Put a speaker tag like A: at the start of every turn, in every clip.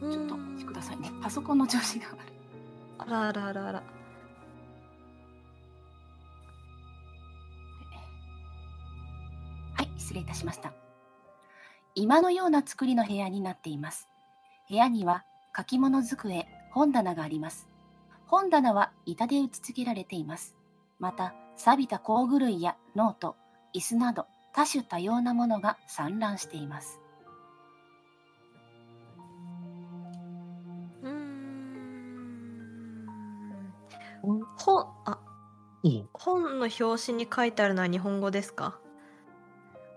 A: ちょっとお待ちくださいね。パソコンの調子が悪い。
B: あらあらあらあら。
A: はい、失礼いたしました。今のような作りの部屋になっています。部屋には書き物机、本棚があります。本棚は板で打ち付けられています。また、錆びた工具類やノート、椅子など多種多様なものが散乱しています。
B: うーん。
C: うん
B: 本あ
C: うん
B: 本の表紙に書いてあるのは日本語ですか。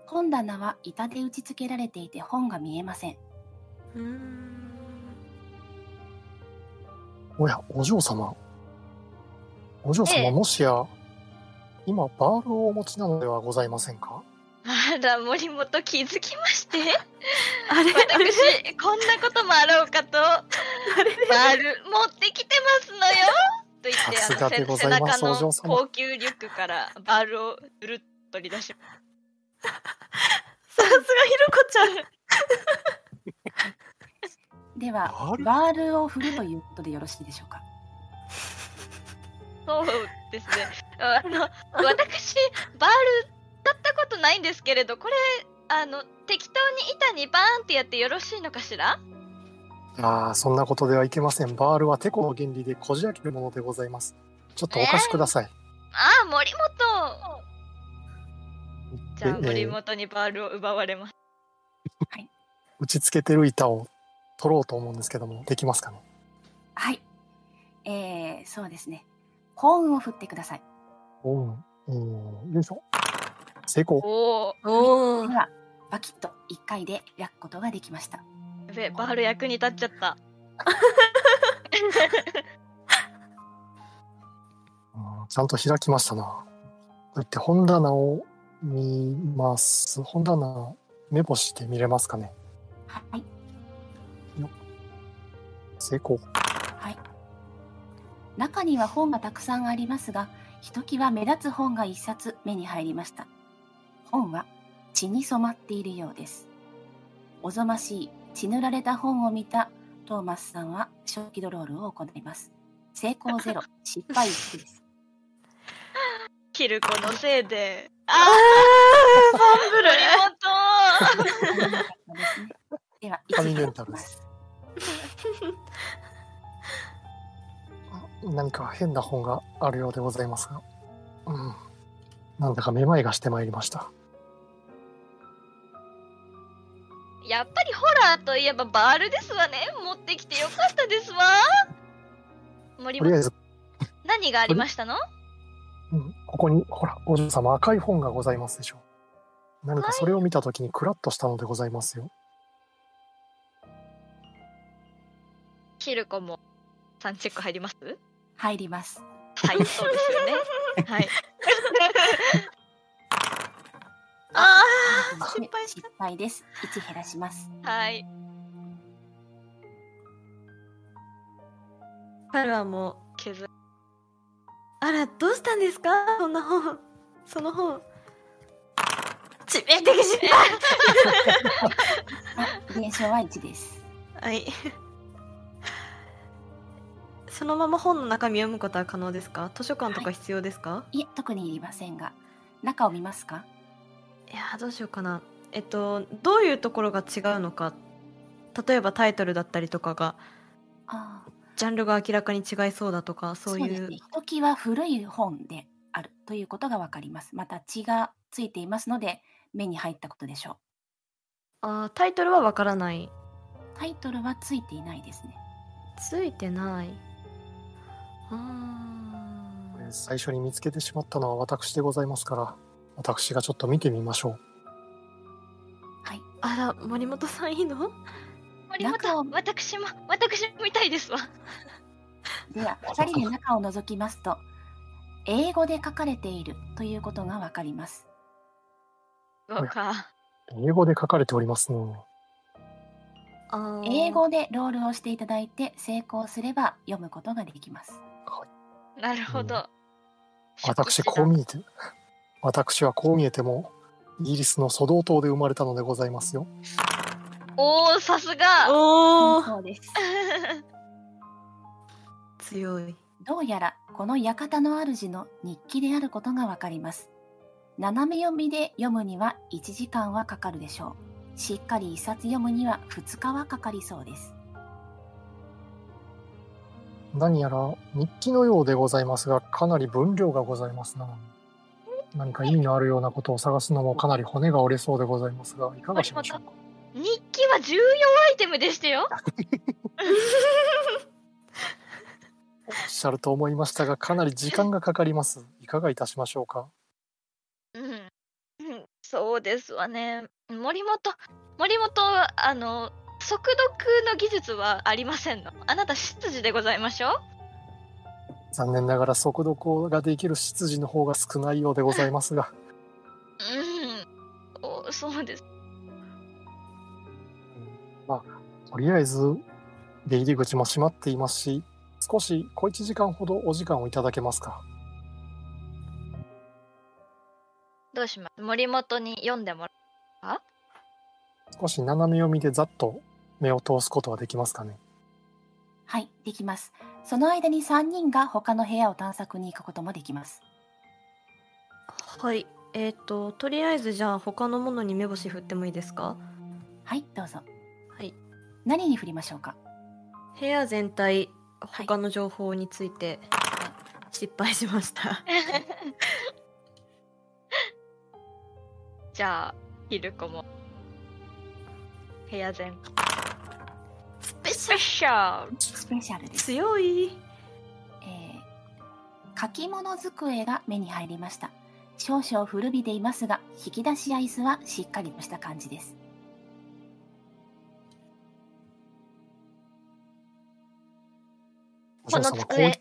A: 本棚は板で打ち付けられていて本が見えません。
B: うーん。
C: おや、お嬢様。お嬢様、
B: ええ
C: もしや、今、バールをお持ちなのではございませんか
D: あら森本気づきまして
B: あれあれ
D: 私こんなこともあろうかと
B: あれ
D: バール持ってきてますのよと言って
C: さす
D: あの
C: がで
D: せ
C: ご
D: 背
C: ざいます
D: 中の
C: お嬢様
D: 高級リュックからバールをうるっと取り出し
B: さすがひろこちゃん。
A: では、
C: バ
A: バ
C: ール
A: ールを振るということでよろしいでしょうか。
D: そうですねあの私バールだったことないんですけれどこれあの適当に板にバーンってやってよろしいのかしら
C: ああ、そんなことではいけません。バールはテコの原理でこじ開けるものでございます。ちょっとお貸しください。
D: ああ森本じゃあ
C: でえ
D: 森
C: ー
D: 本にバールを奪われます
C: 打ち付けてる板を取ろうと思うんですけども、できますかね
A: はい。えー、そうですね。コーンを振ってください。
C: うん。うん。よいしょ。成功。
D: おお
B: おお
A: で。は、バキッと1回で焼くことができました。
D: やべえバール役に立っちゃった
C: うんちゃんと開きましたな。こうやって本棚を見ます。本棚、目星で見れますかね
A: はい。
C: 成功。
A: はい。中には本がたくさんありますが、ひときわ目立つ本が一冊目に入りました。本は血に染まっているようです。おぞましい血塗られた本を見たトーマスさんは正気ドロールを行います。成功ゼロ、失敗1です。
D: キルコのせいで
B: あ
D: あ
B: あ、ファンブル。
D: 森本
A: では、
C: 神メ
A: 1
C: ンタルです。あ何か変な本があるようでございますが。うん。なんだかめまいがしてまいりました。
D: やっぱりホラーといえばバールですわね持ってきてよかったですわ森
C: とりあえ
D: 本
C: ず、
D: 何がありましたの
C: うん、ここに、ほら、お嬢様、赤い本がございますでしょう。何かそれを見たときにクラッとしたのでございますよ。
D: キルコもさんチェック入ります
A: 入ります。
D: はい、そうですよね。はい。
B: ああ、
A: そして
B: 失敗し
A: 失
B: た。
A: 敗です。1減らします。
D: はい。
B: 彼はもう。
D: 削っ
B: あら、どうしたんですかそんな本。その本。致命的失敗
A: あ減少は1です。
B: はい。 そのまま本の中身を読むことは可能ですか図書館とか必要ですか、
A: いえ、特にいりませんが、中を見ますか
B: い、やーどうしようかな。えっと、どういうところが違うのか。例えばタイトルだったりとかが、
A: ああ、
B: ジャンルが明らかに違いそうだとか、そうい
A: です
B: う。
A: ね。ひときわ古い本であるということがわかります。また血がついていますので、目に入ったことでしょ
B: あータイトルはわからない。
A: う。タイトルはついていないですね。
B: ついてない。あ
C: これ
B: ー
C: 最初に見つけてしまったのは私でございますから、私がちょっと見てみましょう。
A: はい。
B: あら、森本さんいいの
D: 森本、私も、私も見たいですわ。
A: では、2人で中を覗きますと、英語で書かれているということがわかります。
D: そうか。
C: 英語で書かれておりますね。
B: あー
A: 英語でロールをしていただいて、成功すれば読むことができます。
D: なるほど。
C: 私こう見えて、私はこう見えても、イギリスのソド島で生まれたのでございますよ。
D: おー、さすが。
B: おお
A: そうです。
B: 強い
A: どうやらこの館の主の日記であることがわかります。斜め読みで読むには1時間はかかるでしょう。しっかり一冊読むには2日はかかりそうです。
C: 何やら日記のようでございますが、かなり分量がございますな。何か意味のあるようなことを探すのもかなり骨が折れそうでございますが、い かがしましょうか。
D: 日記は14アイテムでしたよ。
C: おっしゃると思いましたが、かなり時間がかかります。いかがいたしましょうか。
D: うんうん、そうですわね。森本、森本は、あの、速読の技術はありませんの。あなた、執事でございましょう。
C: 残念ながら速読ができる執事の方が少ないようでございますが、
D: うん、おそうです。
C: とりあえず出入り口も閉まっていますし、少し小一時間ほどお時間をいただけますか。
D: どうします森本に読んでも ら
C: 少し斜め読みでざっと目を通すことはできますかね。
A: はい、できます。その間に3人が他の部屋を探索に行くこともできます。
B: はいえっ、ととりあえずじゃあ他のものに目星振ってもいいですか
A: はい、どうぞ。
B: はい
A: 何に振りましょうか
B: 部屋全体
A: い
B: 他の情報について、失敗しました
D: じゃあ、ひるこも。部屋全。
B: スペシ
D: プレッシャー
A: スペシャルです。
B: 強い
A: えー書き物机が目に入りました。少々古びていますが、引き出しや椅子はしっかりとした感じです。
C: お
D: こ
C: 嬢
D: の
C: 様こうい
D: 机。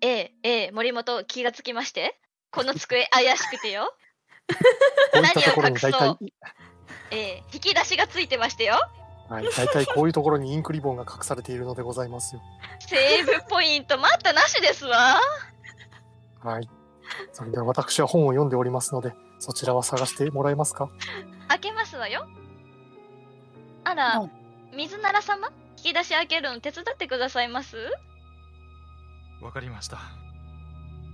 D: ええ、ええ、森本、気がつきまして。この机、怪しくてよ。
C: こういったところに大
D: 何を
C: 体
D: 隠、ええ、引き出しがついてましてよ。
C: はい、大体こういうところにインクリボンが隠されているのでございますよ。
D: セーブポイント、待ったなしですわ。
C: はい。それでは私は本を読んでおりますので、そちらは探してもらえますか。
D: 開けますわよ。あら
A: ど、
D: 水なら様引き出し開けるの手伝ってくださいます
E: わかりました。と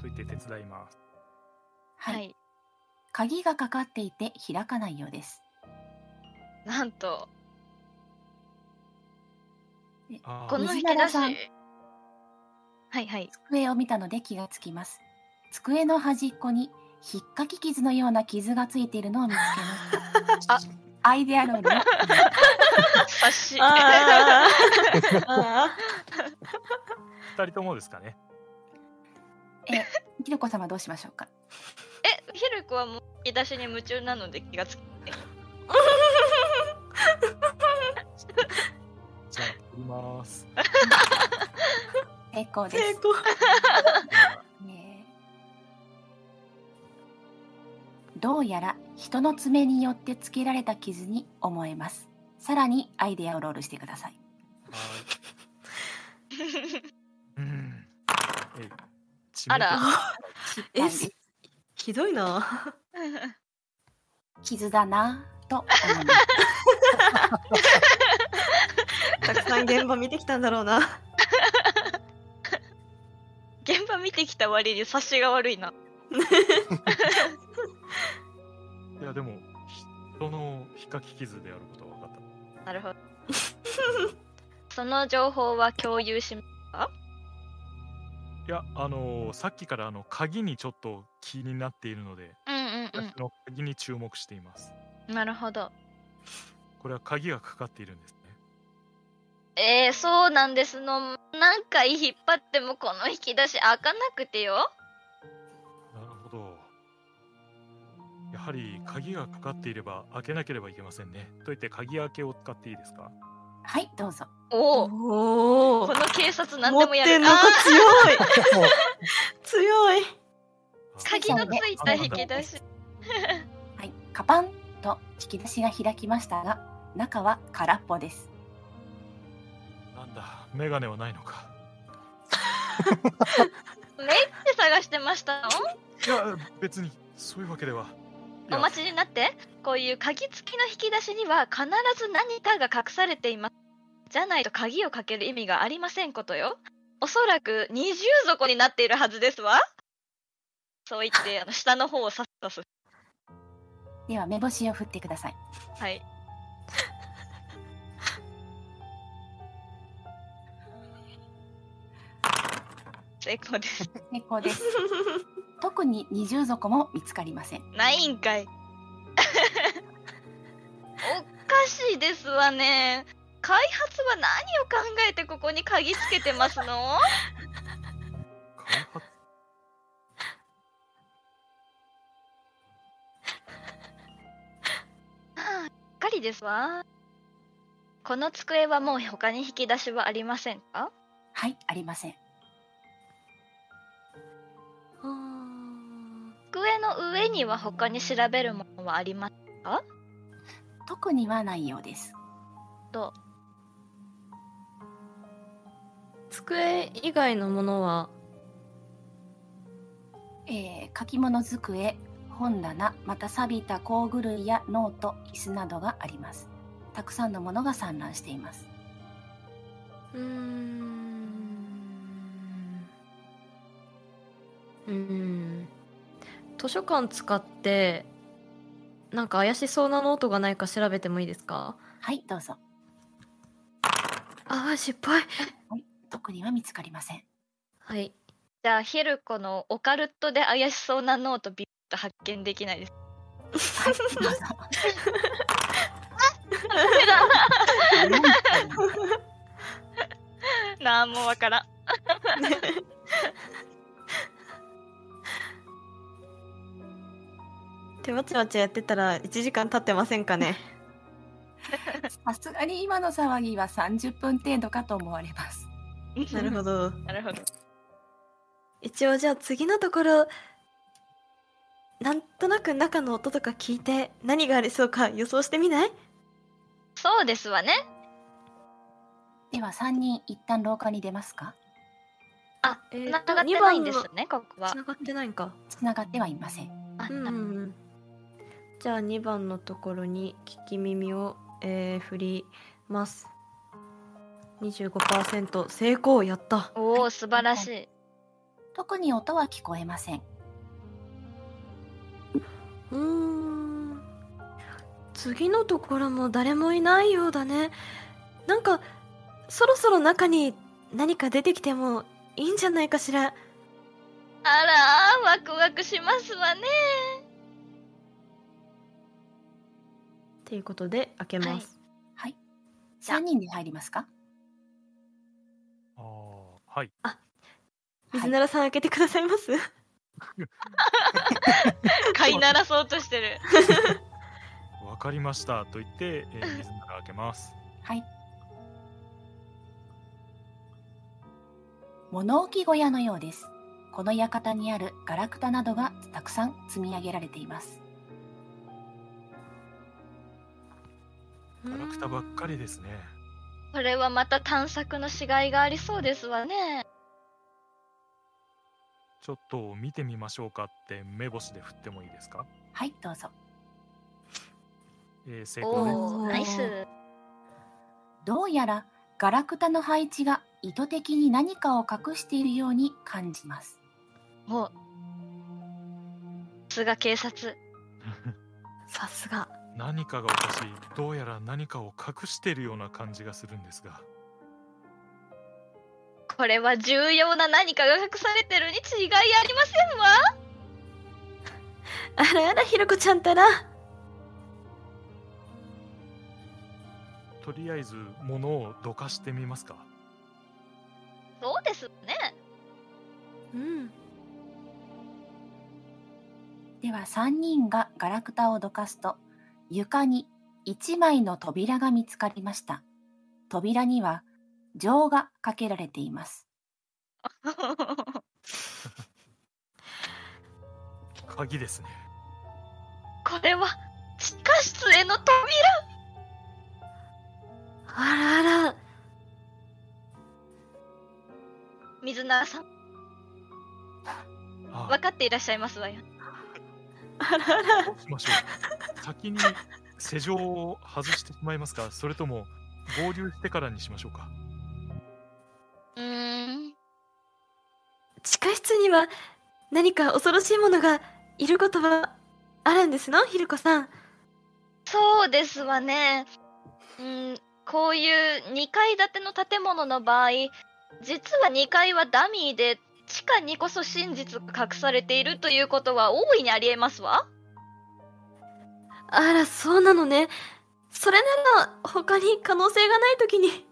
E: 言って手伝います。
A: はい、。鍵がかかっていて開かないようです。
D: なんと、
E: あ
D: この
A: 水
D: 引き
A: な
D: 出
A: ら
D: し。
A: さん
D: はいはい。
A: 机を見たので気がつきます。机の端っこに引っかき傷のような傷がついているのを見つけました。あ、 アイデアロールを。
D: 察し。
B: あーあ
E: 二人ともですかね。
A: ひろこ様どうしましょうか。
D: え、ひるこはもう引き出しに夢中なので気がつき。
E: じゃあ、取ります。
A: 成功
B: ー
A: で
B: 成
A: す。
B: 功
A: ねえどうやら人の爪によってつけられた傷に思えます。さらにアイデアをロールしてください。
E: はい。うん。えい
D: あら。
A: 失敗
B: え
A: です
B: すひどいな
A: 傷だなぁと思 います。
B: たくさん現場見てきたんだろうな
D: 現場見てきた割に察しが悪いな。
E: いや、でも、人のひっかき傷であることは分かっ
D: なるほど。 その情報は共有し、
E: た。いや、あのーさっきからあの鍵にちょっと気になっているので、
D: うんうん
E: 私の鍵に注目しています。
D: うん。なるほど。
E: これは鍵がかかっているんですね。
D: えー、そうなんですの。何回引っ張ってもこの引き出し開かなくてよ。
E: なるほど。やはり鍵がかかっていれば開けなければいけませんね。といって鍵開けを使っていいですか
A: はい、どうぞ。
D: おお、
B: おお
D: この警察何
B: 持
D: で
B: っ
D: もや
B: てん
D: る。
B: の
D: あ
B: か
D: ー
B: 強い
C: もう
B: 強い
D: 鍵のついた引き出し。
A: はい、カパンと引き出しが開きましたが、中は空っぽです。
E: なんだ、メガネはないのか。
D: めっちゃ探してましたの
E: いや、別にそういうわけでは。い
D: お
E: や
D: 待ちになってこういう鍵付きの引き出しには必ず何かが隠されていますじゃないと鍵をかける意味がありませんことよおそらく二重底になっているはずですわそう言ってあの下の方をさっさす
A: では目星を振ってください
D: はい成功です
A: 成功です特に二重底も見つかりません
D: ないんかいおかしいですわね開発は何を考えてここに鍵つけて ますの
E: 開発
D: うっかりですわこの机はもう他に引き出しはありませんか
A: はいありません
B: うーん
D: 机の上には他に調べるものはあります
A: 特にはないようです
B: 机以外のものは
A: えー書き物机本棚また錆びた工具類やノート椅子などがありますたくさんのものが散乱しています
B: うーんうーん図書館使ってなんか怪しそうなノートがないか調べてもいいですか
A: はいどうぞ
B: ああ失敗
A: 特には見つかりません
B: はい
D: じゃあヒルコのオカルトで怪しそうなノートビッと発見できないです
A: はいどうぞ
D: なんもわからん
B: 手わちゃわちゃやってたら1時間経ってませんかね
A: さすがに今の騒ぎは30分程度かと思われます
B: なるほど
D: なるほど
B: 一応じゃあ次のところなんとなく中の音とか聞いて何がありそうか予想してみない
D: そうですわね
A: では3人一旦廊下に出ますか
D: あ、
B: え
D: つ
B: ー
D: な
B: と
D: がってないんですね、ここは
B: つ。ながってないんか
A: つながってはいません
D: あ
B: うんうんうんじゃあ2番のところに聞き耳を、えー振ります25%成功やった
D: おお、素晴らしい。
A: 特に音は聞こえません
B: うーん次のところも誰もいないようだねなんかそろそろ中に何か出てきてもいいんじゃないかしら
D: あら、ワクワクしますわ ね。
B: っていうことで開けます、
A: はい
D: じゃあ
A: 3人で入りますか
E: ああはい
A: はい
B: 水奈良さん開けてくださいます、
D: 飼いならそうとしてる。
E: わかりましたと言って、えー、水なら開けます
A: はい。物置小屋のようです。この館にあるガラクタなどがたくさん積み上げられています。
E: ガラクタばっかりですね
D: これはまた探索のしがいがありそうですわね。
E: ちょっと見てみましょうかって目星で振ってもいいですか、
A: はい、どうぞ。
E: えー、成功です
D: おお、
B: ね
D: ナイス。
A: どうやらガラクタの配置が意図的に何かを隠しているように感じます。
D: もう。菅警察。
B: さすが
E: 何かがおかしいどうやら何かを隠しているような感じがするんですが
D: これは重要な何かが隠されてるに違いありませんわ。
B: あらあらひろこちゃんたら
E: とりあえず物をどかしてみますか
D: そうですね。
B: うん
A: では3人がガラクタをどかすと床に1枚の扉が見つかりました扉には錠がかけられています
E: 鍵ですね
D: これは地下室への扉。
B: あらあら
D: 水菜さん、
E: あ
D: 分かっていらっしゃいますわよ。
B: あらあら
E: どうしましょう。先に施錠を外してしまいますか、それとも合流してからにしましょうか。
D: うーん
B: 地下室には何か恐ろしいものがいることはあるんですのひるこさん
D: そうですわね。うん、こういう2階建ての建物の場合、実は2階はダミーで、地下にこそ真実が隠されているということは大いにありえますわ。
B: あらそうなのねそれなら他に可能性がない時に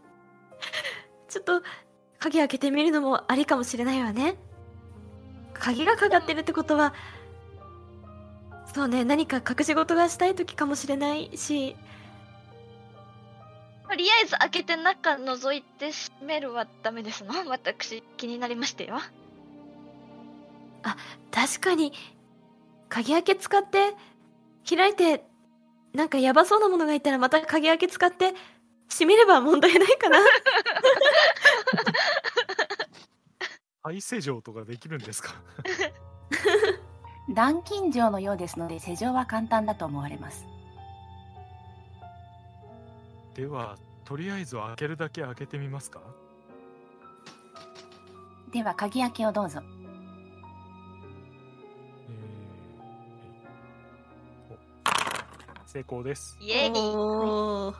B: ちょっと鍵開けてみるのもありかもしれないわね鍵がかかってるってことはそうね何か隠し事がしたい時かもしれないし
D: とりあえず開けて中覗いて閉めるはダメですの 私気になりましたよ。
B: 確かに鍵開け使って開いてなんかやばそうなものがいたらまた鍵開け使って閉めれば問題ないかな
E: 廃施錠とかできるんですか。
A: 南京錠のようですので施錠は簡単だと思われます
E: では、とりあえず開けるだけ開けてみますか。
A: では鍵開けをどうぞ
E: えーお成功です。
D: イエイ
B: おー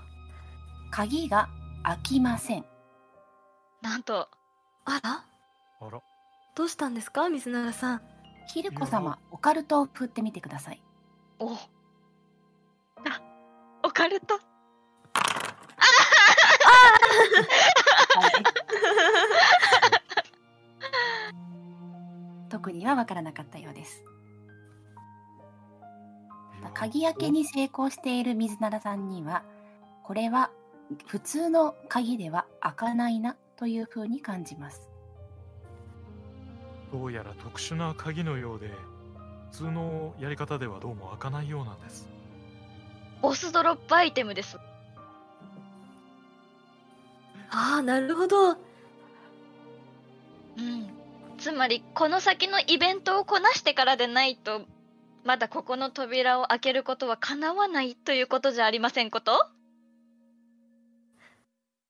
A: 鍵が開きません
D: なんと、
B: あら
E: あら、
B: どうしたんですか水永さん
A: ひるこ様オカルトを振ってみてください
D: おあ、オカルト。
A: 特には分からなかったようです鍵開けに成功している水ならさんにはこれは普通の鍵では開かないなというふうに感じます
E: どうやら特殊な鍵のようで、普通のやり方ではどうも開かないようなんです。
D: ボスドロップアイテムです。
B: ああなるほど
D: うん、つまりこの先のイベントをこなしてからでないとまだここの扉を開けることはかなわないということじゃありませんこと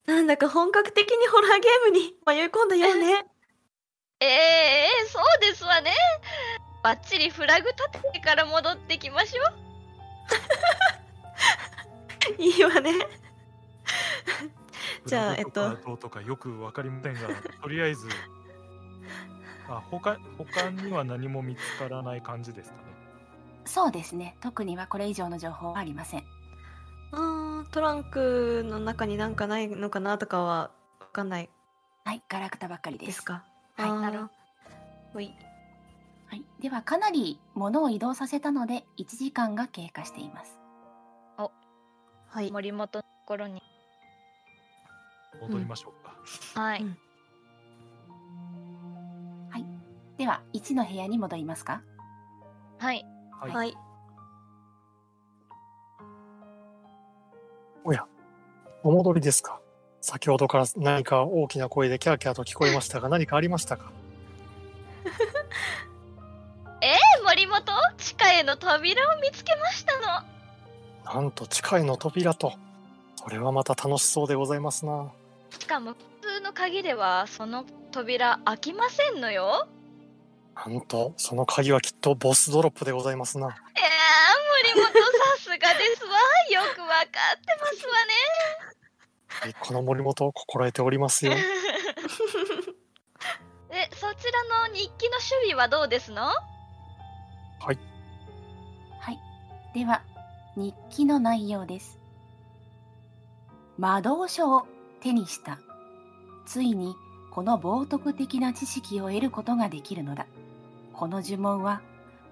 B: なんだか本格的にホラーゲームに 迷い込んだようね
D: ええええそうですわねバッチリフラグ立ててから戻ってきましょう
B: いいわねじゃあ
E: 裏とか
B: えっ
E: どうとかよくわかり ませんが、とりあえず、あ他他には何も見つからない感じですかね。
A: そうですね特にはこれ以上の情報はありません
B: うーんトランクの中になんかないのかなとかはわかんない
A: はいガラクタばっかりです
B: ですか
A: はい
B: あー
A: なる
B: ほい
A: はい、ではかなり物を移動させたので1時間が経過しています
B: はい
D: 森本のところに
E: 戻りましょうか。
D: はい、
B: うん
A: では1の部屋に戻りますか
D: はい
E: はい
B: はい
C: お戻りですか先ほどから何か大きな声でキャーキャーと聞こえましたが、何かありましたか
D: え森本地下への扉を見つけましたの
C: なんと地下への扉と。それはまた楽しそうでございますな。
D: しかも普通の鍵ではその扉開きませんのよ
C: なんと、その鍵はきっとボスドロップでございますな。
D: いやー森本さすがですわよくわかってますわ
C: は
D: ね
C: いこの森本を心得ておりますよ。
D: えそちらの日記の趣味はどうですの
A: はいでは日記の内容です魔導書を手にしたついにこの冒涜的な知識を得ることができるのだこの呪文は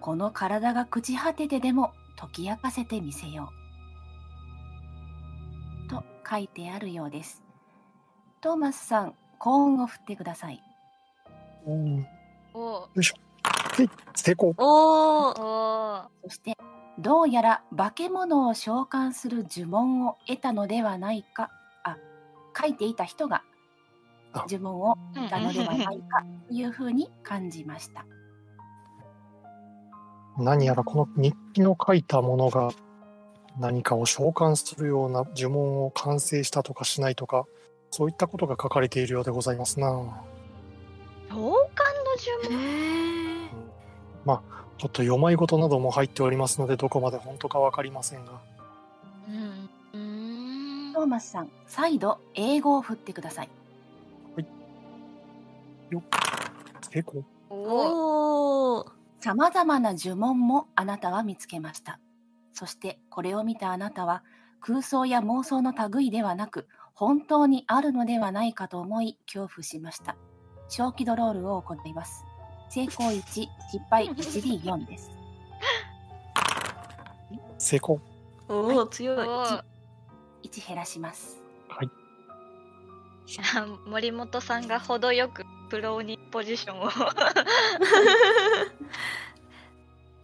A: この体が朽ち果ててでも解き明かせてみせようと書いてあるようですトーマスさん幸運を振ってください
C: うんよ
D: お
C: いしょ。はい成功。
B: おー
D: お
A: そしてどうやら化け物を召喚する呪文を得たのではないかあ書いていた人が
C: あ
A: 呪文を得たのではないかというふうに感じました。
C: 何やらこの日記の書いたものが何かを召喚するような呪文を完成したとかしないとかそういったことが書かれているようでございますな
D: 召喚の
B: え
D: 呪文
B: ー、
C: ちょっと読まい事なども入っておりますのでどこまで本当か分かりませんが
D: うんうーん
A: トーマスさん、再度英語を振ってください。
C: 成功
B: お
D: お
B: お
A: さまざまな呪文もあなたは見つけました。そしてこれを見たあなたは空想や妄想の類ではなく本当にあるのではないかと思い恐怖しました。小気ドロールを行います。成功1、失敗 1D4 です。
C: 成功
B: おお強い
D: お
A: 1減らします。
D: 森本さんが程よくプロにポジションを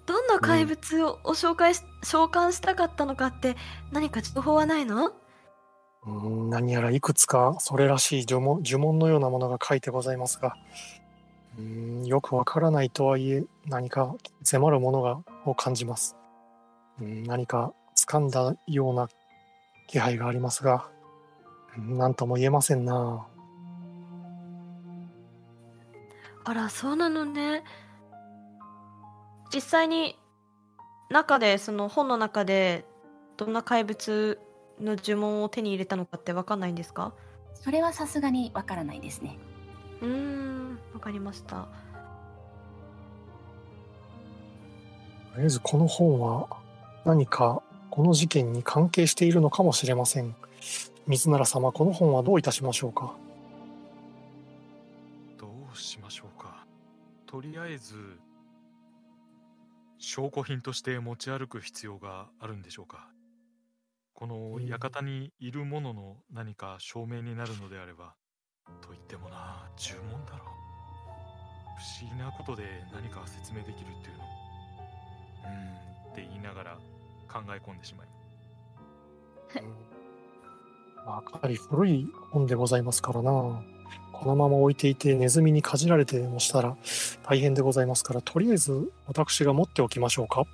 B: どんな怪物をを紹介し召喚したかったのかって何か情報はないの
C: うーん何やらいくつかそれらしい呪文呪文のようなものが書いてございますがうーんよくわからないとはいえ何か迫るものがを感じますうーん何か掴んだような気配がありますが何とも言えませんな
B: あらそうなのね実際に中でその本の中でどんな怪物の呪文を手に入れたのかってわかんないんですか
A: それはさすがにわからないですね。
B: うーんわかりました
C: とりあえずこの本は何かこの事件に関係しているのかもしれません水なら様この本はどういたしましょうか
E: どうしましょうかとりあえず証拠品として持ち歩く必要があるんでしょうかこの
C: うん
E: 館にいるものの何か証明になるのであればと言ってもな呪文だろ不思議なことで何か説明できるっていうのうーんって言いながら考え込んでしまい
C: まあ、かなり古い本でございますからな。このまま置いていてネズミにかじられてもしたら大変でございますから、とりあえず私が持っておきましょうか。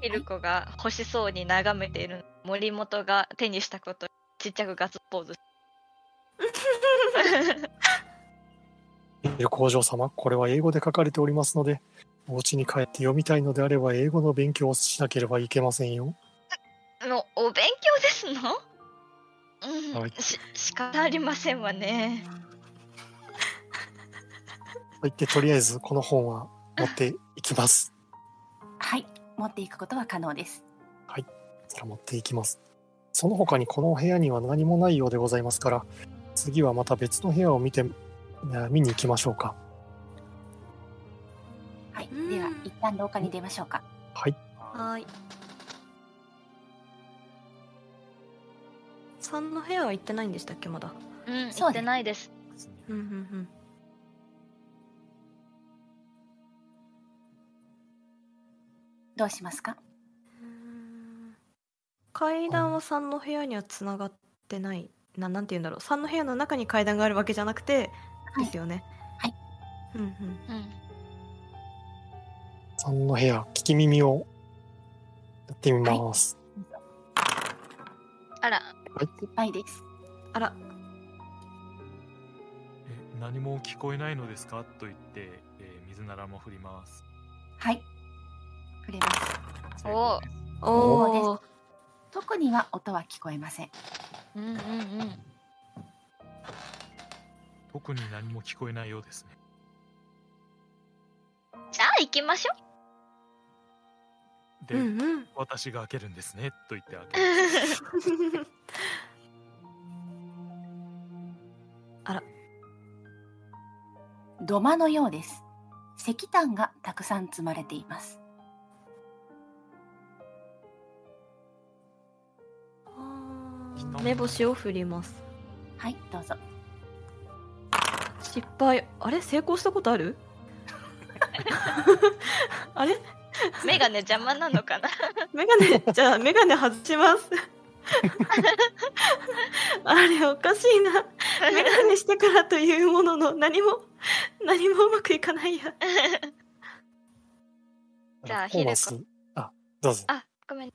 D: ヒルコが欲しそうに眺めている森本が手にしたことにちっちゃくガッツポーズ
C: いる工場様、これは英語で書かれておりますので、お家に帰って読みたいのであれば英語の勉強をしなければいけませんよ。
D: のお勉強ですのうん、
C: はい
D: し仕方ありませんわね
C: と言って、とりあえずこの本は持っていきます。
A: はい、持っていくことは可能です。
C: そら持っていきます。その他にこの部屋には何もないようでございますから、次はまた別の部屋を見て、えー見に行きましょうか。
A: はい、
B: うん
A: では一旦廊下に出ましょうか。
C: はい。
B: はーい3の部屋は行ってないんでしたっけまだ
D: うん
A: そう
D: 言
A: です
D: ってないです
E: ますね
B: うんうんうん
A: どうしますか
B: うーん階段は3の部屋にはつながってないななんて言うんだろう3の部屋の中に階段があるわけじゃなくて、
A: はい
B: ですよね
A: はい
B: うんうん
D: うん
C: さんの部屋、聞き耳をやってみます。
D: あら
A: 失敗です。
B: あら
E: え何も聞こえないのですかと言って、えー水ならも振ります
A: はい。触れます。
E: 成功
D: お
E: です
B: おお
A: 特には音は聞こえません。
D: うんうんうん
E: 特に何も聞こえないようですね
D: じゃあ行きま しょ
E: で、
B: うんうん
E: 私が開けるんですねと言って開けます
A: 土間のようです。石炭がたくさん積まれています。
B: あー目星を振ります
A: はい、どうぞ。
B: 失敗あれ成功したことある あれ
D: うメガネ邪魔なのかな
B: メガネじゃあメガネ外しますあれおかしいなメガネしたからというものの何も何もうまくいかないや
D: じゃあ
C: フォーマンスあ、どうぞ。
D: あごめん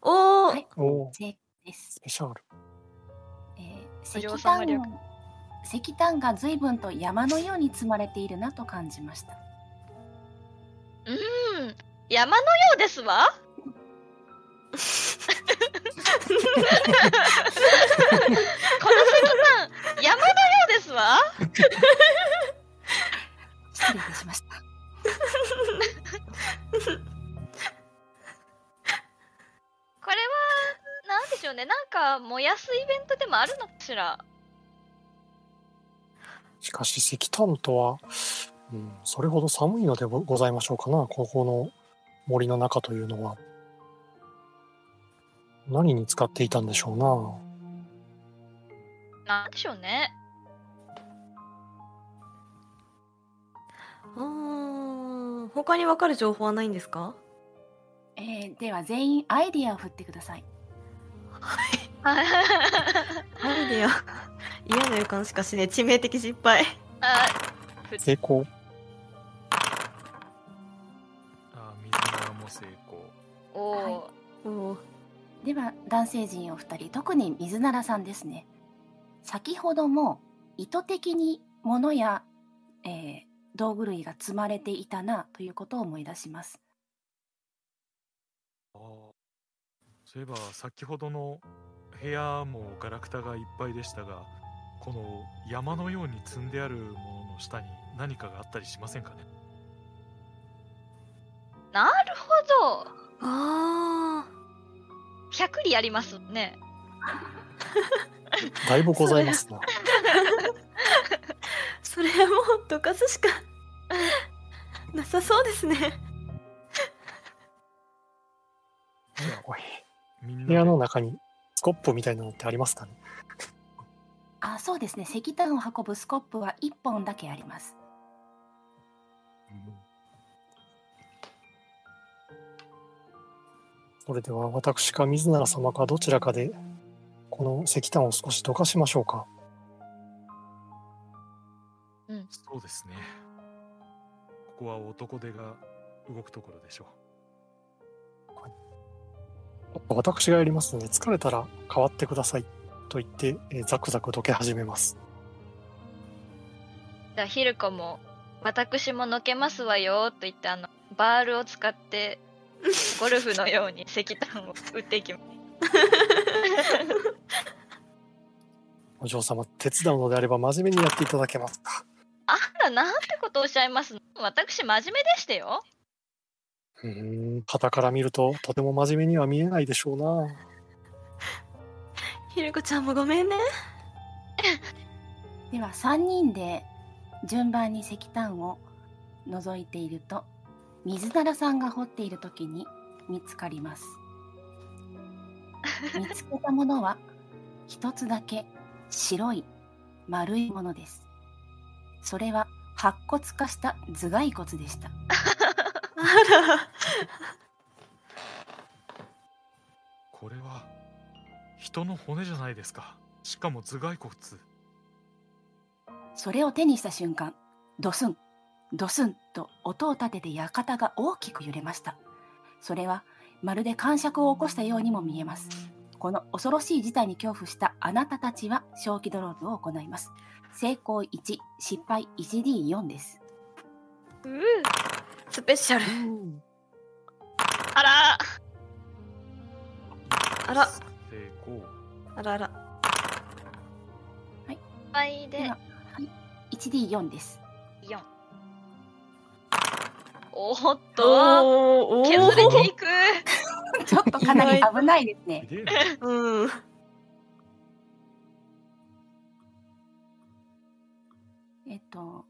B: おお、
A: はい
C: おお、
A: 正解です
C: ス。ペシャル。
A: えー
D: お嬢
A: 石炭
D: 様略
A: 石炭が随分と山のように積まれているなと感じました。
D: うん山のようですわこの石炭山のようですわ
A: 失礼いたしました。
D: これはなんでしょうねなんか燃やすイベントでもあるのかしら
C: しかし石炭とは、うん、それほど寒いのでごございましょうかなここの森の中というのは何に使っていたんでしょう
D: なんでしょうね
B: おお、他に分かる情報はないんですか？
A: えーでは全員アイディアを振ってください。
B: アイデア、 嫌な予感しかしねえ、致命的失敗。
D: あ
C: な成功
E: あ水菜も成功
D: おお、
A: は
B: おお、
A: では男性陣お二人特に水ならさんですね先ほども意図的に物や、えー道具類が積まれていたなということを思い出します
E: ああそういえば先ほどの部屋もガラクタがいっぱいでしたがこの山のように積んであるものの下に何かがあったりしませんかね
D: なるほど
B: あ
D: 100里ありますね
C: だいぶござい ますな
B: あ、それはもうどかす しかなさそうです ね。
E: じゃあ
C: おい
E: みんなで
C: 部屋の中にスコップみたいなのってありますかね
A: あそうですね石炭を運ぶスコップは1本だけあります
C: それでは私か水なら様かどちらかでこの石炭を少しどかしましょうか
E: そうですねここは男手が動くところでしょ
C: 私がやりますので疲れたら変わってくださいと言って、えーザクザクどけ始めます
D: じゃあヒルコも「私ものけますわよ」と言ってあのバールを使ってゴルフのように石炭を打っていきます
C: お嬢様手伝うのであれば真面目にやっていただけますか
D: あらなんてことをおっしゃいますの私真面目でしたよ
C: うーん傍から見るととても真面目には見えないでしょうな
B: ひるこちゃんもごめんね。
A: では3人で順番に石炭を覗いていると水ならさんが掘っている時に見つかります見つけたものは一つだけ白い丸いものですそれは白骨化した頭蓋骨でした
B: あら、
E: うこれは人の骨じゃないですかしかも頭蓋骨
A: それを手にした瞬間ドスンドスンと音を立てて館が大きく揺れましたそれはまるで感触を起こしたようにも見えますこの恐ろしい事態に恐怖したあなたたちは正気ドロープを行います成功1失敗 1D4 です
D: うう
B: スペシャル。
D: あら
B: あら
E: 成功
B: あらあら。
D: 倍
A: で
D: で
A: は 1D4 です
D: 4おーっと
B: おーおー
D: 削れていく
A: ちょっとかなり危ないですね
E: ひでえな
B: うん。
A: えっと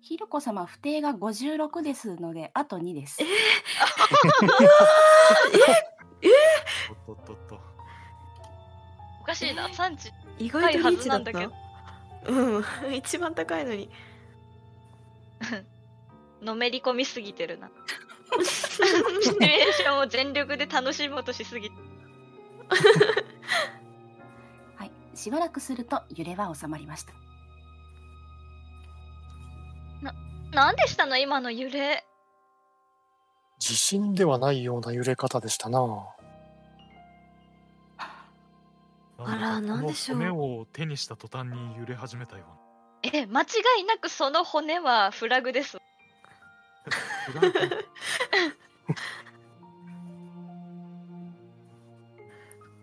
A: ひるこ様不定が56ですのであと2です
E: おっとっとっと
D: おかしいな産地
B: 意外とリーチだっ
D: 高いはず
B: た。うん、 一番高いのに。
D: のめり込みすぎてるなシチュエーションを全力で楽しもうとしすぎて
A: はい、しばらくすると揺れは収まりました
D: 何でしたの今の揺れ
C: 地震ではないような揺れ方でしたな。
B: あら
E: なんだか
B: な
E: この
B: んでしょう
E: 骨を手にした途端に揺れ始めたよ
D: え間違いなくその骨はフラグで す
E: うな。フラグ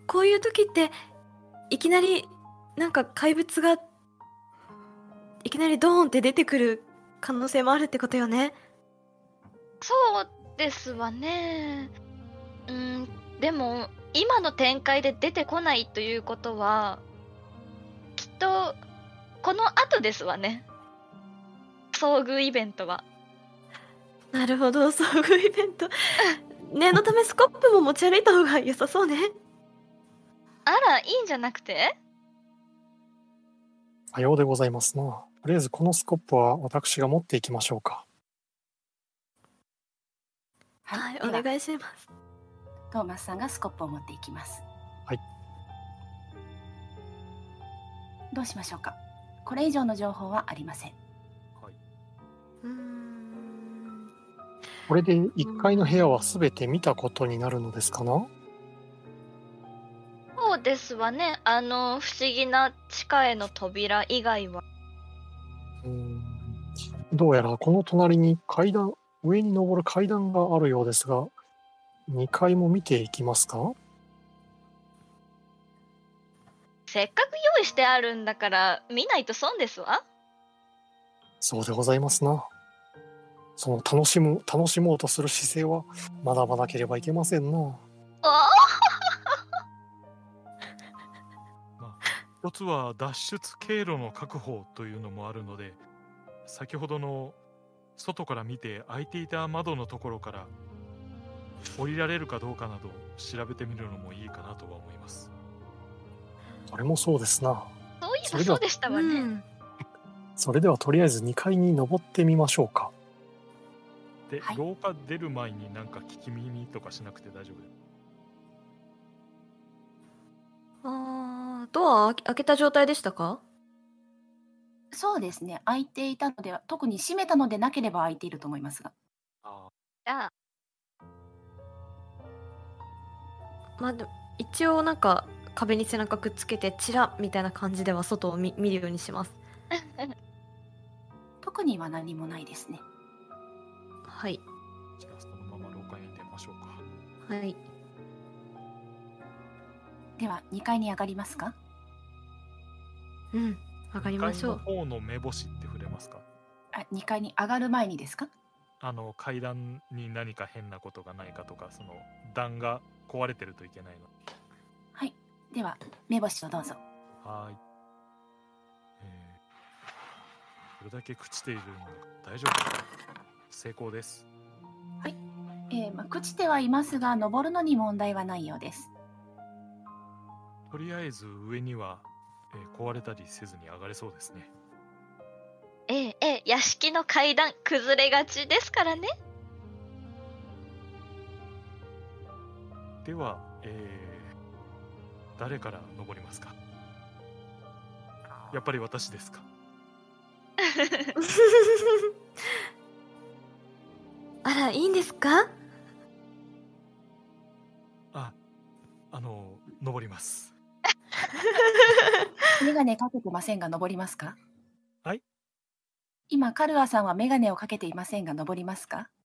B: こういう時っていきなりなんか怪物がいきなりドーンって出てくる可能性もあるってことよね
D: そうですわねうんでも今の展開で出てこないということはきっとこの後ですわね遭遇イベントは
B: なる ほど遭遇イベント念のためスコップも持ち歩いた方が良さそうね
D: あらいいんじゃなくて
C: さようでございますな。とりあえずこのスコップは私が持っていきましょうか。
B: はい
A: では
B: お願いします
A: トーマスさんがスコップを持っていきます。
C: はい。
A: どうしましょうか。これ以上の情報はありません。
E: はいう
B: ーん
C: これで1階の部屋は全て見たことになるのですかな
D: そうですわねあの不思議な地下への扉以外は
C: うんどうやらこの隣に階段、上に登る階段があるようですが、2階も見ていきますか
D: せっかく用意してあるんだから見ないと損ですわ
C: そうでございますな。その楽しむ、楽しもうとする姿勢は学ばなければいけませんな。
D: おー
E: 一つは脱出経路の確保というのもあるので先ほどの外から見て開いていた窓のところから降りられるかどうかなど調べてみるのもいいかなとは思います
C: それもそうですな。
D: そういえ
C: そ
D: ば
C: れでは
D: そうでしたわね、
B: うん
C: それではとりあえず2階に登ってみましょうか。
E: で、
A: はい
E: 廊下出る前になんか聞き耳とかしなくて大丈夫です
B: あードア開けた状態でしたか
A: そうですね。空いていたのでは、特に閉めたのでなければ空いていると思いますが。
E: あ
D: じゃあ
B: まあでも一応なんか壁に背中くっつけてチラッみたいな感じでは外を見見るようにします
A: 特には何もないですね。
B: はい
E: ーじゃあそのまま廊下に出ましょうか
B: はい
A: では、2階に上がりますか。
B: うん上がりましょう
E: 2階の方の目星って触れますか
A: あ、2階に上がる前にですか。
E: あの階段に何か変なことがないかとかその段が壊れてるといけないの
A: はい。では、目星をどうぞ。
E: はーい。えーこれだけ朽ちているの大丈夫成功です。
A: えーまあ、朽ちてはいますが、登るのに問題はないようです。
E: とりあえず上には、えー壊れたりせずに上がれそうですね。
D: ええええ屋敷の階段崩れがちですからね
E: では、えー誰から登りますかやっぱり私ですか
B: あらいいんですか
E: あ、あの、登ります。
A: メガネかけてませんが、登りますか。
E: はい。
A: 今、カルアさんはメガネをかけていませんが、登りますか。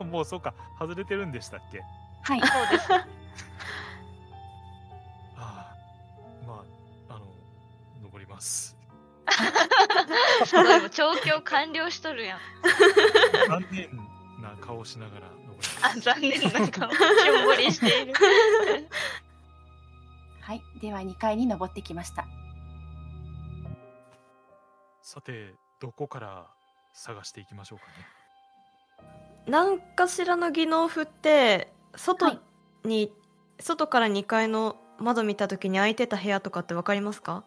E: もうそうか、外れてるんでしたっけ
A: はい。
D: そうです
E: ああ、まあ、あの、登ります。
D: すごいもう調教完了しとるやん。
E: 残念な顔しながら登ります。
D: あ残念なんかしょんぼりしてい る。
A: はい、では2階に登ってきました。
E: さてどこから探していきましょうかね
B: 何かしらの技能を振って
A: は
B: 外
A: い
B: に、外から2階の窓見た時に空いてた部屋とかって分かりますか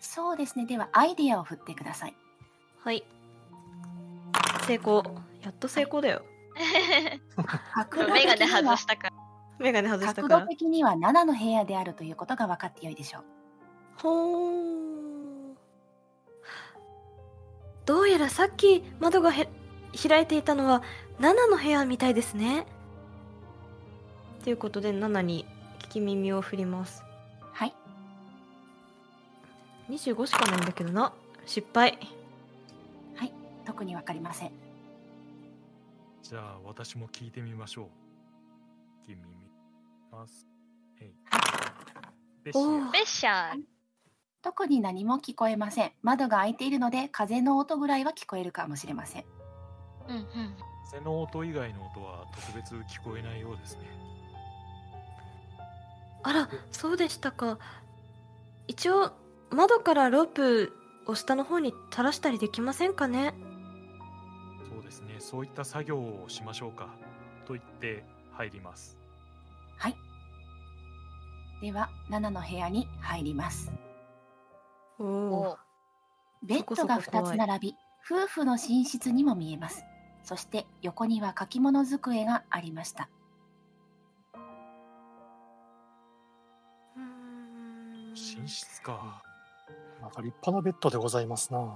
A: そうですね、ではアイディアを振ってください。
B: はい成功やっと成功だよ
A: 角度
D: メガネ
A: 的に
D: 外
A: は
D: したから。
B: 眼鏡外した
A: 角
B: か
A: 度
B: ら
A: 的には7の部屋であるということが分かってよいでしょう。
B: ほーどうやらさっき窓がへ開いていたのは7の部屋みたいですねということで7に聞き耳を振ります
A: はい。
B: 25しかないんだけどな失敗
A: 特にわかりません。
E: じゃあ私も聞いてみましょう。聞き耳ます。へい。で
B: おー
E: し
D: ベッシャン
A: 特に何も聞こえません。窓が開いているので、風の音ぐらいは聞こえるかもしれません。
D: うんうん
E: 背の音以外の音は特別聞こえないようですね。
B: あらそうでしたか一応窓からロープを下の方に垂らしたりできませんかね
E: そうですね。そういった作業をしましょうか。と言って入ります。
A: はい。では、7の部屋に入ります。
B: お
D: お
B: お
D: う
A: ベッドが
B: そこそこ
A: 2
B: 怖
A: つ
B: い
A: 並び、夫婦の寝室にも見えます。そして横には書き物机がありました。
E: 寝室か。
C: なんか立派なベッドでございますな。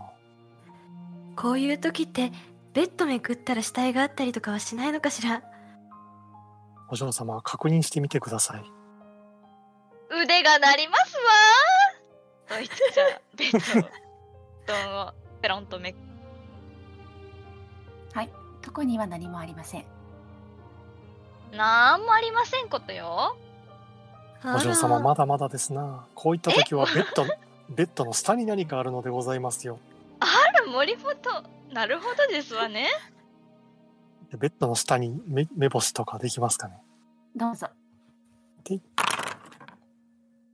B: こういう時ってベッドめくったら死体があったりとかはしないのかしら
C: お嬢様、確認してみてください。
D: 腕が鳴りますわーと言ってじゃあベッドを布団をペロンとめく
A: はい。特には何もありません。
D: なんもありませんことよ
C: お嬢様、
B: あら
C: まだまだですな。こういった時はベッド、ベッドの下に何かあるのでございますよ。
D: あら森本なるほどですわね
C: ベッドの下に目目星とかできますかね。
A: どうぞ。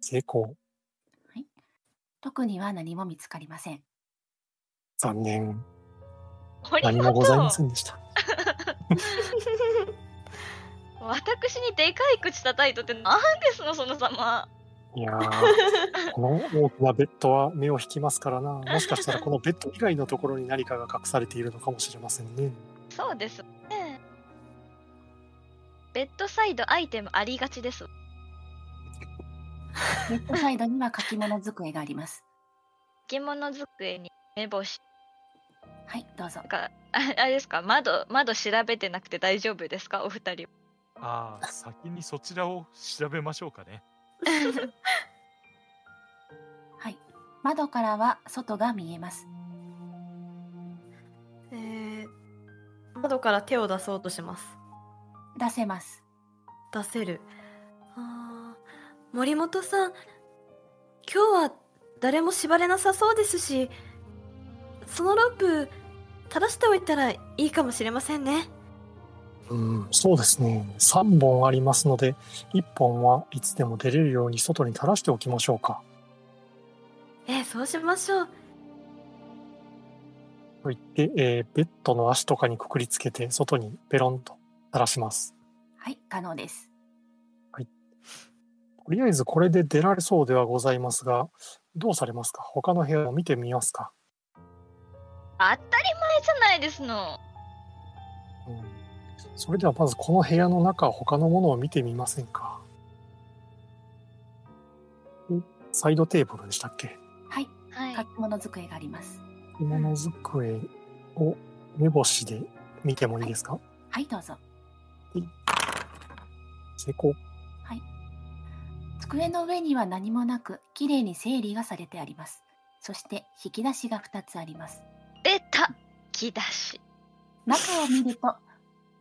C: 成功。
A: 特には何も見つかりません。
C: 残念。
D: 森
C: 何もございま
D: 本
C: せんでした。
D: 私にでかい口叩いとってなんですのその様
C: いやー、この大きなベッドは目を引きますからな。もしかしたらこのベッド以外のところに何かが隠されているのかもしれませんね。
D: そうですねベッドサイドアイテムありがちです
A: ベッドサイドには書き物机があります。
D: 着物机に目星
A: はい、どうぞ
D: なん。かああれですか窓窓調べてなくて大丈夫ですかお二 人
E: ああ、先にそちらを調べましょうかね。
A: はい。窓からは外が見えます。
B: えー窓から手を出そうとします
A: 出せます。
B: 出せるあー森本さん今日は誰も縛れなさそうですしそのロープ垂らしておいたらいいかもしれませんね
C: うん、そうですね。3本ありますので、1本はいつでも出れるように外に垂らしておきましょうか。
B: えーそうしましょう
C: と言って、えーベッドの足とかにくくりつけて、外にペロンと垂らします。
A: はい、可能です。
C: とりあえずこれで出られそうではございますが、どうされますか他の部屋を見てみますか、
D: 当たり前じゃないですの
C: うん、それではまずこの部屋の中、他のものを見てみませんかおサイドテーブルでしたっけ
A: はい、
D: はい
A: 書き物机があります。
C: 着物机を目星で見てもいいですか
A: はい、どうぞ。
C: 成功。
A: 机の上には何もなく、きれいに整理がされてあります。そして引き出しが2つあります。
D: 出た引き出し
A: 中を見ると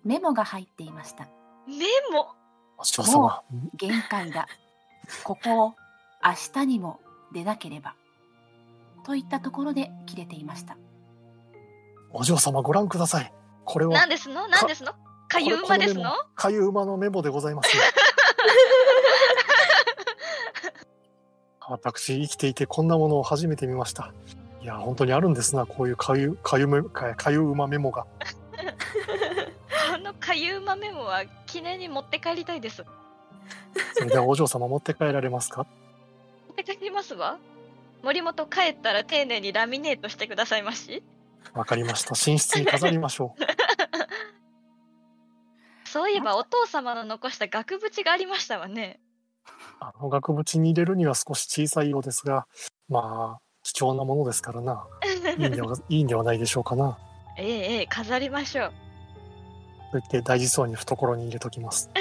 A: メモが入っていました。
D: メモ
C: お嬢様、
A: 限界だ。ここを明日にも出なければ。といったところで切れていました。
C: お嬢様ご覧ください。これは
D: 何ですの何ですのかゆう
C: こ
D: ま
C: れ
D: です
C: こ
D: の
C: かゆうまのメモでございます。 私生きていてこんなものを初めて見ました。いや本当にあるんですなこういうかゆかゆめかかゆうまメモが。
D: このかゆうまメモは記念に持って帰りたいです
C: それではお嬢様持って帰られますか。
D: 持って帰りますわ森本帰ったら丁寧にラミネートしてくださいまし
C: わかりました。寝室に飾りましょ う。
D: そういえばお父様の残した額縁がありましたわね
C: あの額縁に入れるには少し小さいようですが、まあ貴重なものですからな。いいんではいいんではないでしょうかな。
D: ええええ飾りましょう
C: と 言って大事そうに懐に入れとき ます。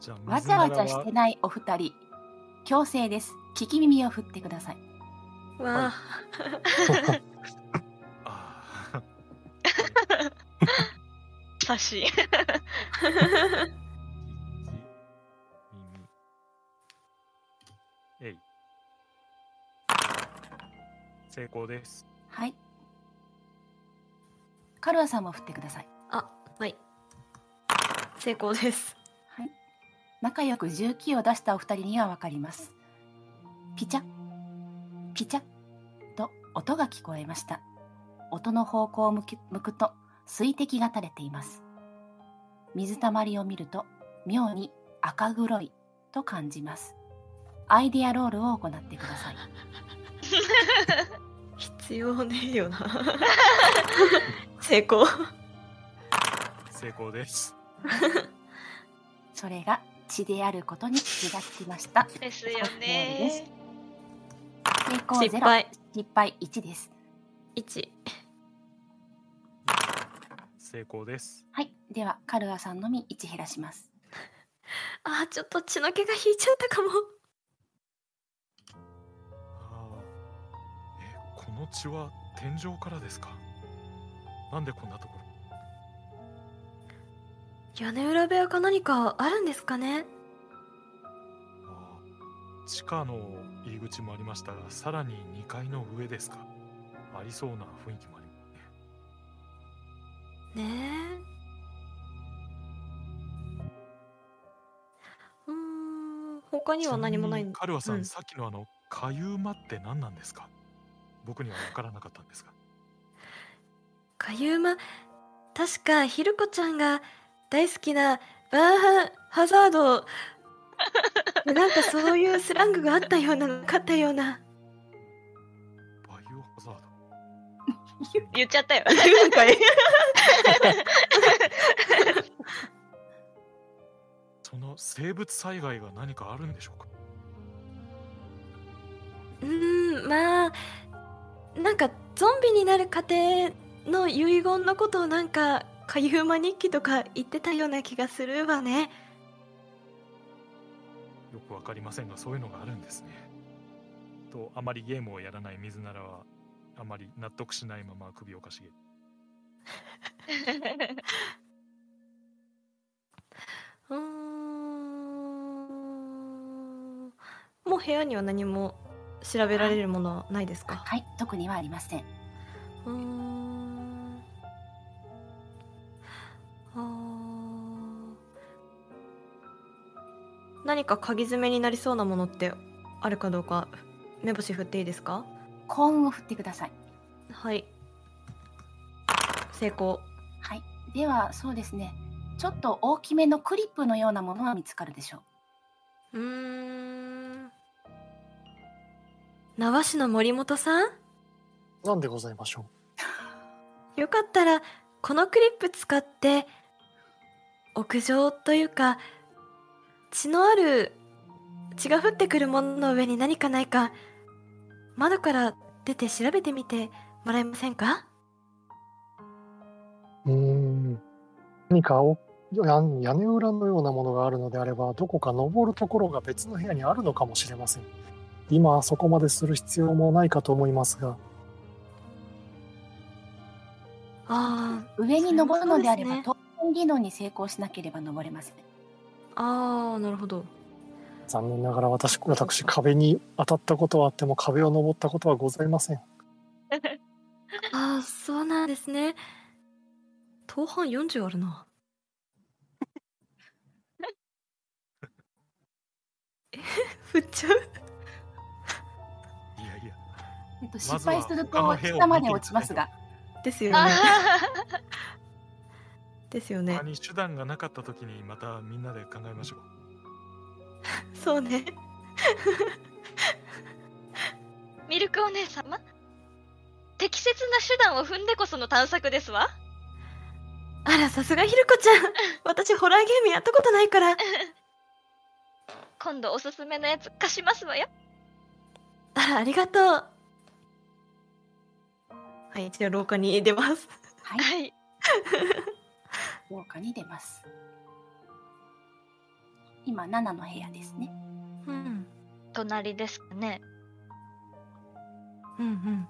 E: じゃあ
A: わ
E: 水
A: ざ
E: な
A: わ
E: ら
A: ざして
E: は
A: ないお二人、強制です。聞き耳を振ってください。
B: わあ、
E: ああ
D: 差し
E: 口耳 えい成功です
A: はい。カルアさんも振ってください。
B: はい。成功です。
A: はい。仲良く19を出したお二人にはわかります。ピチャ、ピチャと音が聞こえました。音の方向を向き向くと水滴が垂れています。水たまりを見ると妙に赤黒いと感じます。アイデアロールを行ってください。
B: 必要ねえよ な。成功。
E: 成功です
A: それが血であることに気がつきました。
D: ですよ
A: そうです
D: ね
A: 成功ゼロ
B: 失敗。
A: 失敗1です。
B: 一。
E: 成功です
A: はい。では、カルアさんのみ1減らします。
B: あー、ちょっと血の気が引いちゃったかも。
E: ああえこの血は天井からですかなんでこんなところ
B: 屋根裏部屋か何かあるんですかね。
E: ああ地下の入り口もありましたがさらに2階の上ですかありそうな雰囲気もありますね
B: ねえ。うーん、他には何もない
E: ちみ
B: ん
E: にカルアさん、
B: うん
E: さっきのあのかゆまって何なんですか僕には分からなかったんですが
B: かゆうま確かひるこちゃんが大好きなバーハンハザードなんかそういうスラングがあったようななかったような
E: バイオハザード
D: 言っちゃ ったよ
E: その生物災害が何かあるんでしょうか
B: うーんまあなんかゾンビになる過程の遺言のことをなんかかゆうま日記とか言ってたような気がするわね
E: よく分かりませんがそういうのがあるんですねとあまりゲームをやらない水ならはあまり納得しないまま首をかしげ
B: うーんもう部屋には何も調べられるものはないですか
A: はい。特にはありません。
B: うーんあー何か鍵詰めになりそうなものってあるかどうか目星振っていいですか
A: 幸運を振ってください。
B: はい成功
A: はい。では、そうですね。ちょっと大きめのクリップのようなものは見つかるでしょう。
B: うーん縄師の森本さん
C: なんでございましょ
B: よかったらこのクリップ使って屋上というか血のある血が降ってくるものの上に何かないか窓から出て調べてみてもらえませんか
C: う。うーん。何かおや屋根裏のようなものがあるのであれば、どこか登るところが別の部屋にあるのかもしれません。今はそこまでする必要もないかと思いますが、
B: あ
A: 上に登るのであれ
B: そう
A: ば、
B: です
A: 当然技能に成功しなければ登れません。
B: ーあーなるほど
C: 残念ながら私私壁に当たったことはあっても壁を登ったことはございません。
B: ああそうなんですね当半40あるなえ 振っちゃう
E: いやいや
A: えっと、
E: ずは
A: 失敗する
E: 他の
A: と
E: 部屋を
A: 下まで落ちますが、
B: ですよ
D: あ
B: ねですよね
E: 他に手段がなかった時にまたみんなで考えましょう
B: そうね。
D: ミルクお姉様適切な手段を踏んでこその探索ですわ
B: あら、さすがひるこちゃん。 私、ホラーゲームやったことないから。
D: 今度おすすめのやつ貸しますわよ
B: あら、ありがとう。はい、じゃあ廊下に出ます。
A: はい、
D: はい。
A: 廊下に出ます。今、7の部屋ですね。
B: うん、
D: 隣ですかね。
B: うん、うん。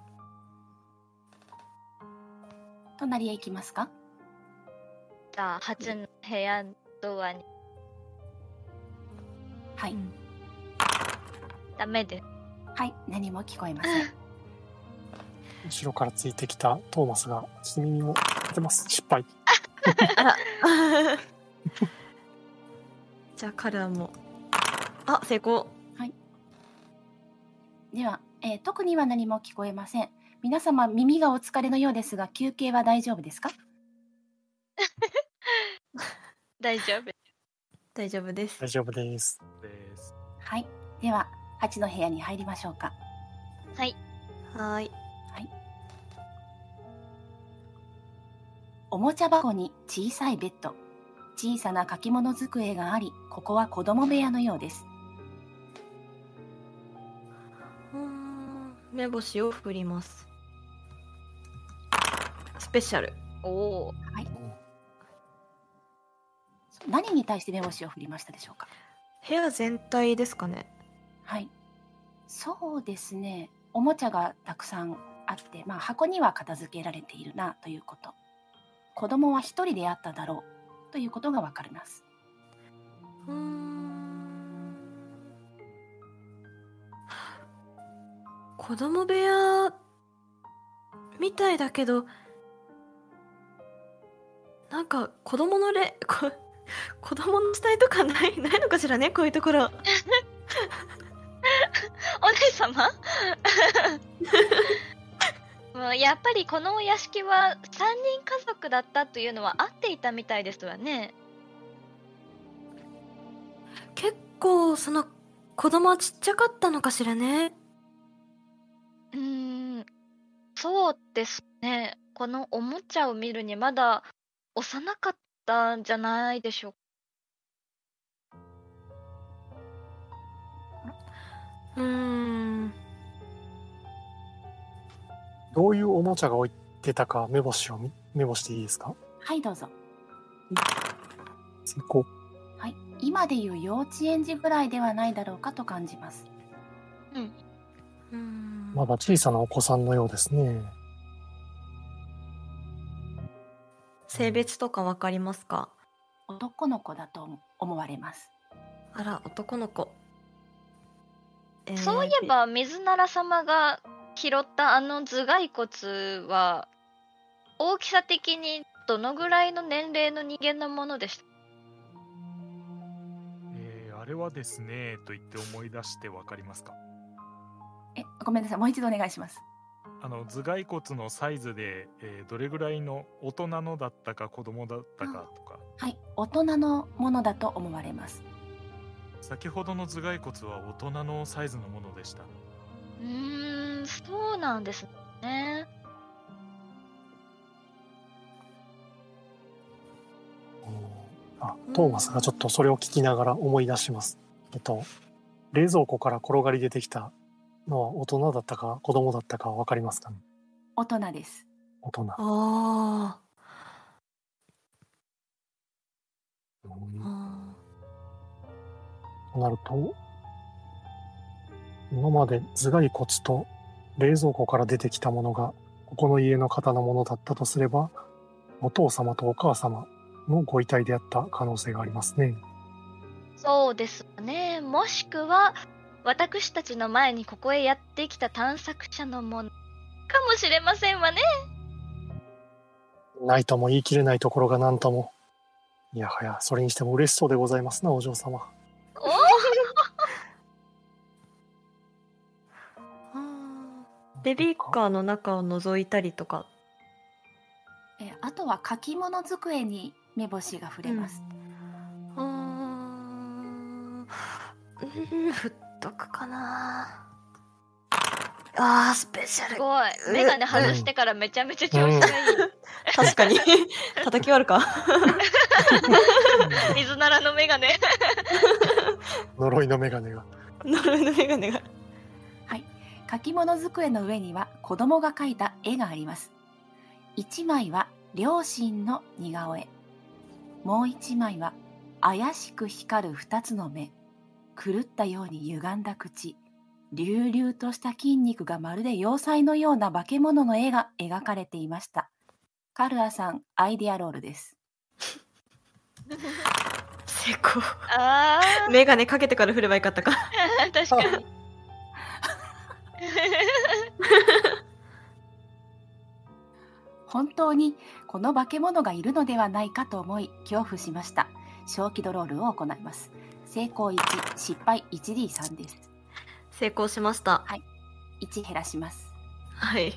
A: 隣へ行きますか
D: じゃあ、8の部屋ドアに。
A: はい、
B: うん
D: ダメです。
A: はい、何も聞こえません。
C: 後ろからついてきたトーマスが君にも当てます失敗
B: じゃあ彼らも。あ、成功。
A: では、えー特には何も聞こえません。皆様、耳がお疲れのようですが、休憩は大丈夫ですか
D: 大丈夫。
B: 大丈夫です
C: 大。丈夫です
E: です。
A: はい、では、8の部屋に入りましょうか。
B: はーい。
A: おもちゃ箱に小さいベッド、小さな書き物机があり、ここは子供部屋のようです。
B: うーん目星を振ります。スペシャル。
D: おおー。
A: 何に対して目星を振りましたでしょうか
B: 部屋全体ですかね。
A: はい。そうですね。おもちゃがたくさんあって、まあ、箱には片付けられているなということ。子供は一人であっただろうということがわかります。
B: うーん。子供部屋みたいだけど、なんか子供のれこ子供の死体とかないないのかしらねこういうところ。
D: お姉様もうやっぱりこのお屋敷は3人家族だったというのは合っていたみたいですわね。
B: 結構その子供はちっちゃかったのかしらね。
D: うーん、そうですね。このおもちゃを見るにまだ幼かったんじゃないでしょうか。
B: うーん。
C: どういうおもちゃが置いてたか目星を見目星でいいですか
A: はい、どうぞ。
C: 成功
A: はい。今でいう幼稚園児ぐらいではないだろうかと感じます。
D: うん。
B: うーん
C: まだ小さなお子さんのようですね
B: 性別とかわかりますか
A: 男の子だと思われます。
B: あら男の子、えー
D: そういえば水なら様が拾ったあの頭蓋骨は大きさ的にどのぐらいの年齢の人間のものでした
E: えーあれはですね、と言って思い出してわかりますか
A: え、ごめんなさい。もう一度お願いします。
E: あの頭蓋骨のサイズで、えーどれぐらいの大人のだったか子供だったかとか、
A: はい。大人のものだと思われます。
E: 先ほどの頭蓋骨は大人のサイズのものでした。
D: うーんそうなんですね。
C: うんあトーマスがちょっとそれを聞きながら思い出しますえっと冷蔵庫から転がり出てきたのは大人だったか子供だったかわかりますかね
A: 大人です。
C: 大人
B: あ
C: うん
B: ーあ
C: となると今まで頭蓋骨と冷蔵庫から出てきたものがここの家の方のものだったとすればお父様とお母様のご遺体であった可能性がありますね。
D: そうですね。もしくは私たちの前にここへやってきた探索者のものかもしれませんわね。
C: ないとも言い切れないところが何とも。いやはや、それにしても嬉しそうでございますな、お嬢様。
D: お
B: ーあーベビーカーの中を覗いたりとか
A: え、あとは書き物机に目星が触れます。
B: あーうん振っとくかなあースペシャ
D: す
B: ル
D: ごい。メガネ外してからめちゃめちゃ調子がいい。
B: 確かに 叩き割るか
D: 水ならのメガネ。
C: 呪いの眼鏡が。
B: 呪いのメガネが
A: 書き物机の上には子供が描いた絵があります。 1枚は両親の似顔絵もう1枚は怪しく光る2つの目狂ったように歪んだ口隆々とした筋肉がまるで要塞のような化け物の絵が描かれていましたカルアさんアイデアロールです
B: 成功
D: あー
B: メガネかけてから振ればよかったか
D: 確か に
A: 本当にこの化け物がいるのではないかと思い恐怖しました小気ドロールを行います成功1失敗 1D3 です
B: 成功しました
A: 1減らします
B: はい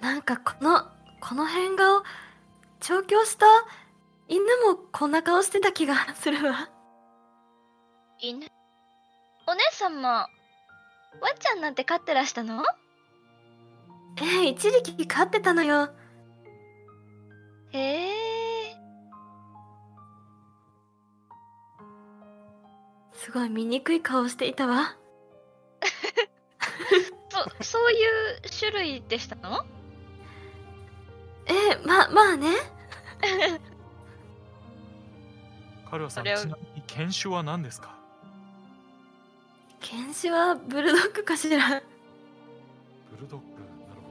B: なんかこのこの変顔調教した犬もこんな顔してた気がするわ
D: 犬お姉さんもわっちゃんなんて飼ってらしたの
B: ええ一力飼ってたのよ
D: へえ
B: すごい醜い顔していたわ
D: そそういう種類でしたの
B: ええままあね
E: カルアさん、
D: そ
E: ち
D: れを
E: なみに犬種は何ですか
B: 犬種はブルドッグかしら
E: ブルドッグ、なるほ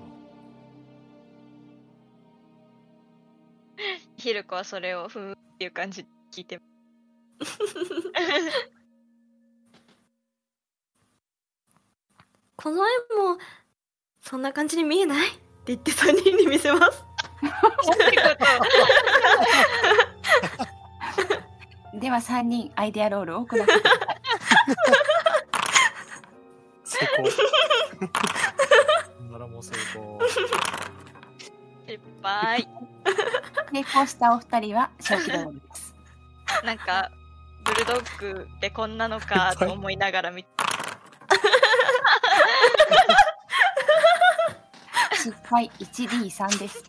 D: ひるこはそれをふーんっていう感じで聞いてます
B: この絵もそんな感じに見えないって言って3人に見せます
D: ってこと
A: では3人アイデアロールを行ってください
C: 成功。
E: ど。ならもう成功。
D: 失敗
A: 成功したお二人は小気ドロールです
D: なんかブルドッグってこんなのかと思いながら見て
A: 失敗 1D3 です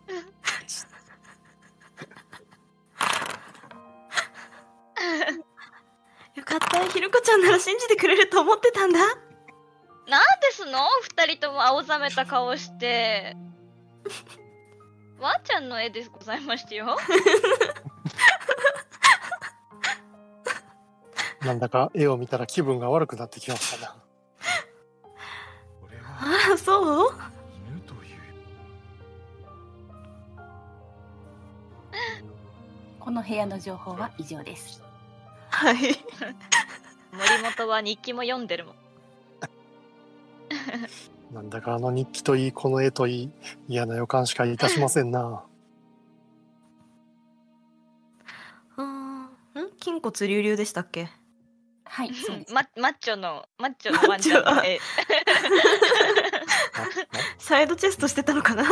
B: よかったひろこちゃんなら信じてくれると思ってたんだ
D: なんですの二人とも青ざめた顔してわんちゃんの絵でございましたよ
C: なんだか絵を見たら気分が悪くなってきましたな。
E: これは
B: ああそう
E: 犬という。
A: この部屋の情報は以上です
B: はい
D: 森本は日記も読んでるもん
C: なんだかあの日記といい、この絵といい、嫌な予感しかいたしませんな。
B: うん筋骨隆々でしたっけ
A: はいそうです、
D: ママッチョのマッチョのワンちゃんの絵
B: サイドチェストしてたのかな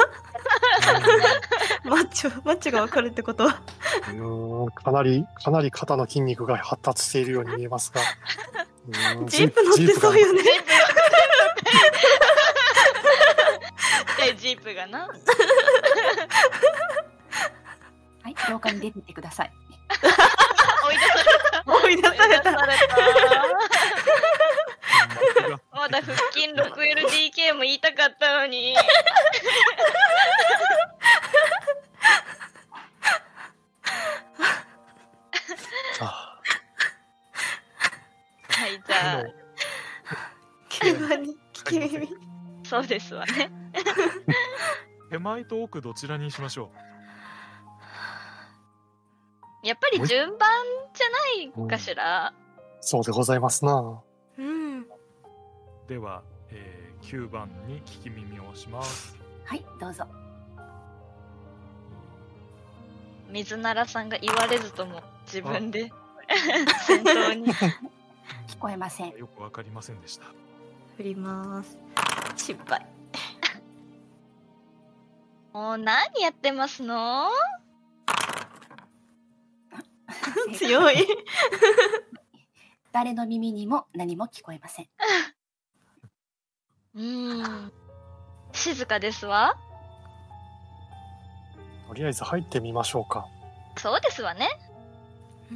B: マッチョマッチョがわかるってことは
C: うーんかなり、かなり肩の筋肉が発達しているように見えますが。うーん
B: ジープ乗ってそうよね
D: でジープがな
A: はい廊下に出てってください
D: 追い出され
B: 思い出
D: た
B: された
D: 追い出されたまだ腹筋 6LDK も言いたかったのに
C: あ
D: はいじゃあ
B: 競馬に聞き耳
D: そうですわね
E: 手前と奥どちらにしましょ
D: やっぱり順番じゃないかしら
C: そうでございますな。
B: うん
E: うでは、えー、9番に聞き耳をします。
A: はいどうぞ
D: 水ならさんが言われずとも自分で先頭に
A: 聞こえません
E: よくわかりませんでした。
B: 振ります失敗
D: もう何やってますの
B: 強い
A: 誰の耳にも何も聞こえません
D: うーん静かですわ
C: とりあえず入ってみましょうか。
D: そうですわね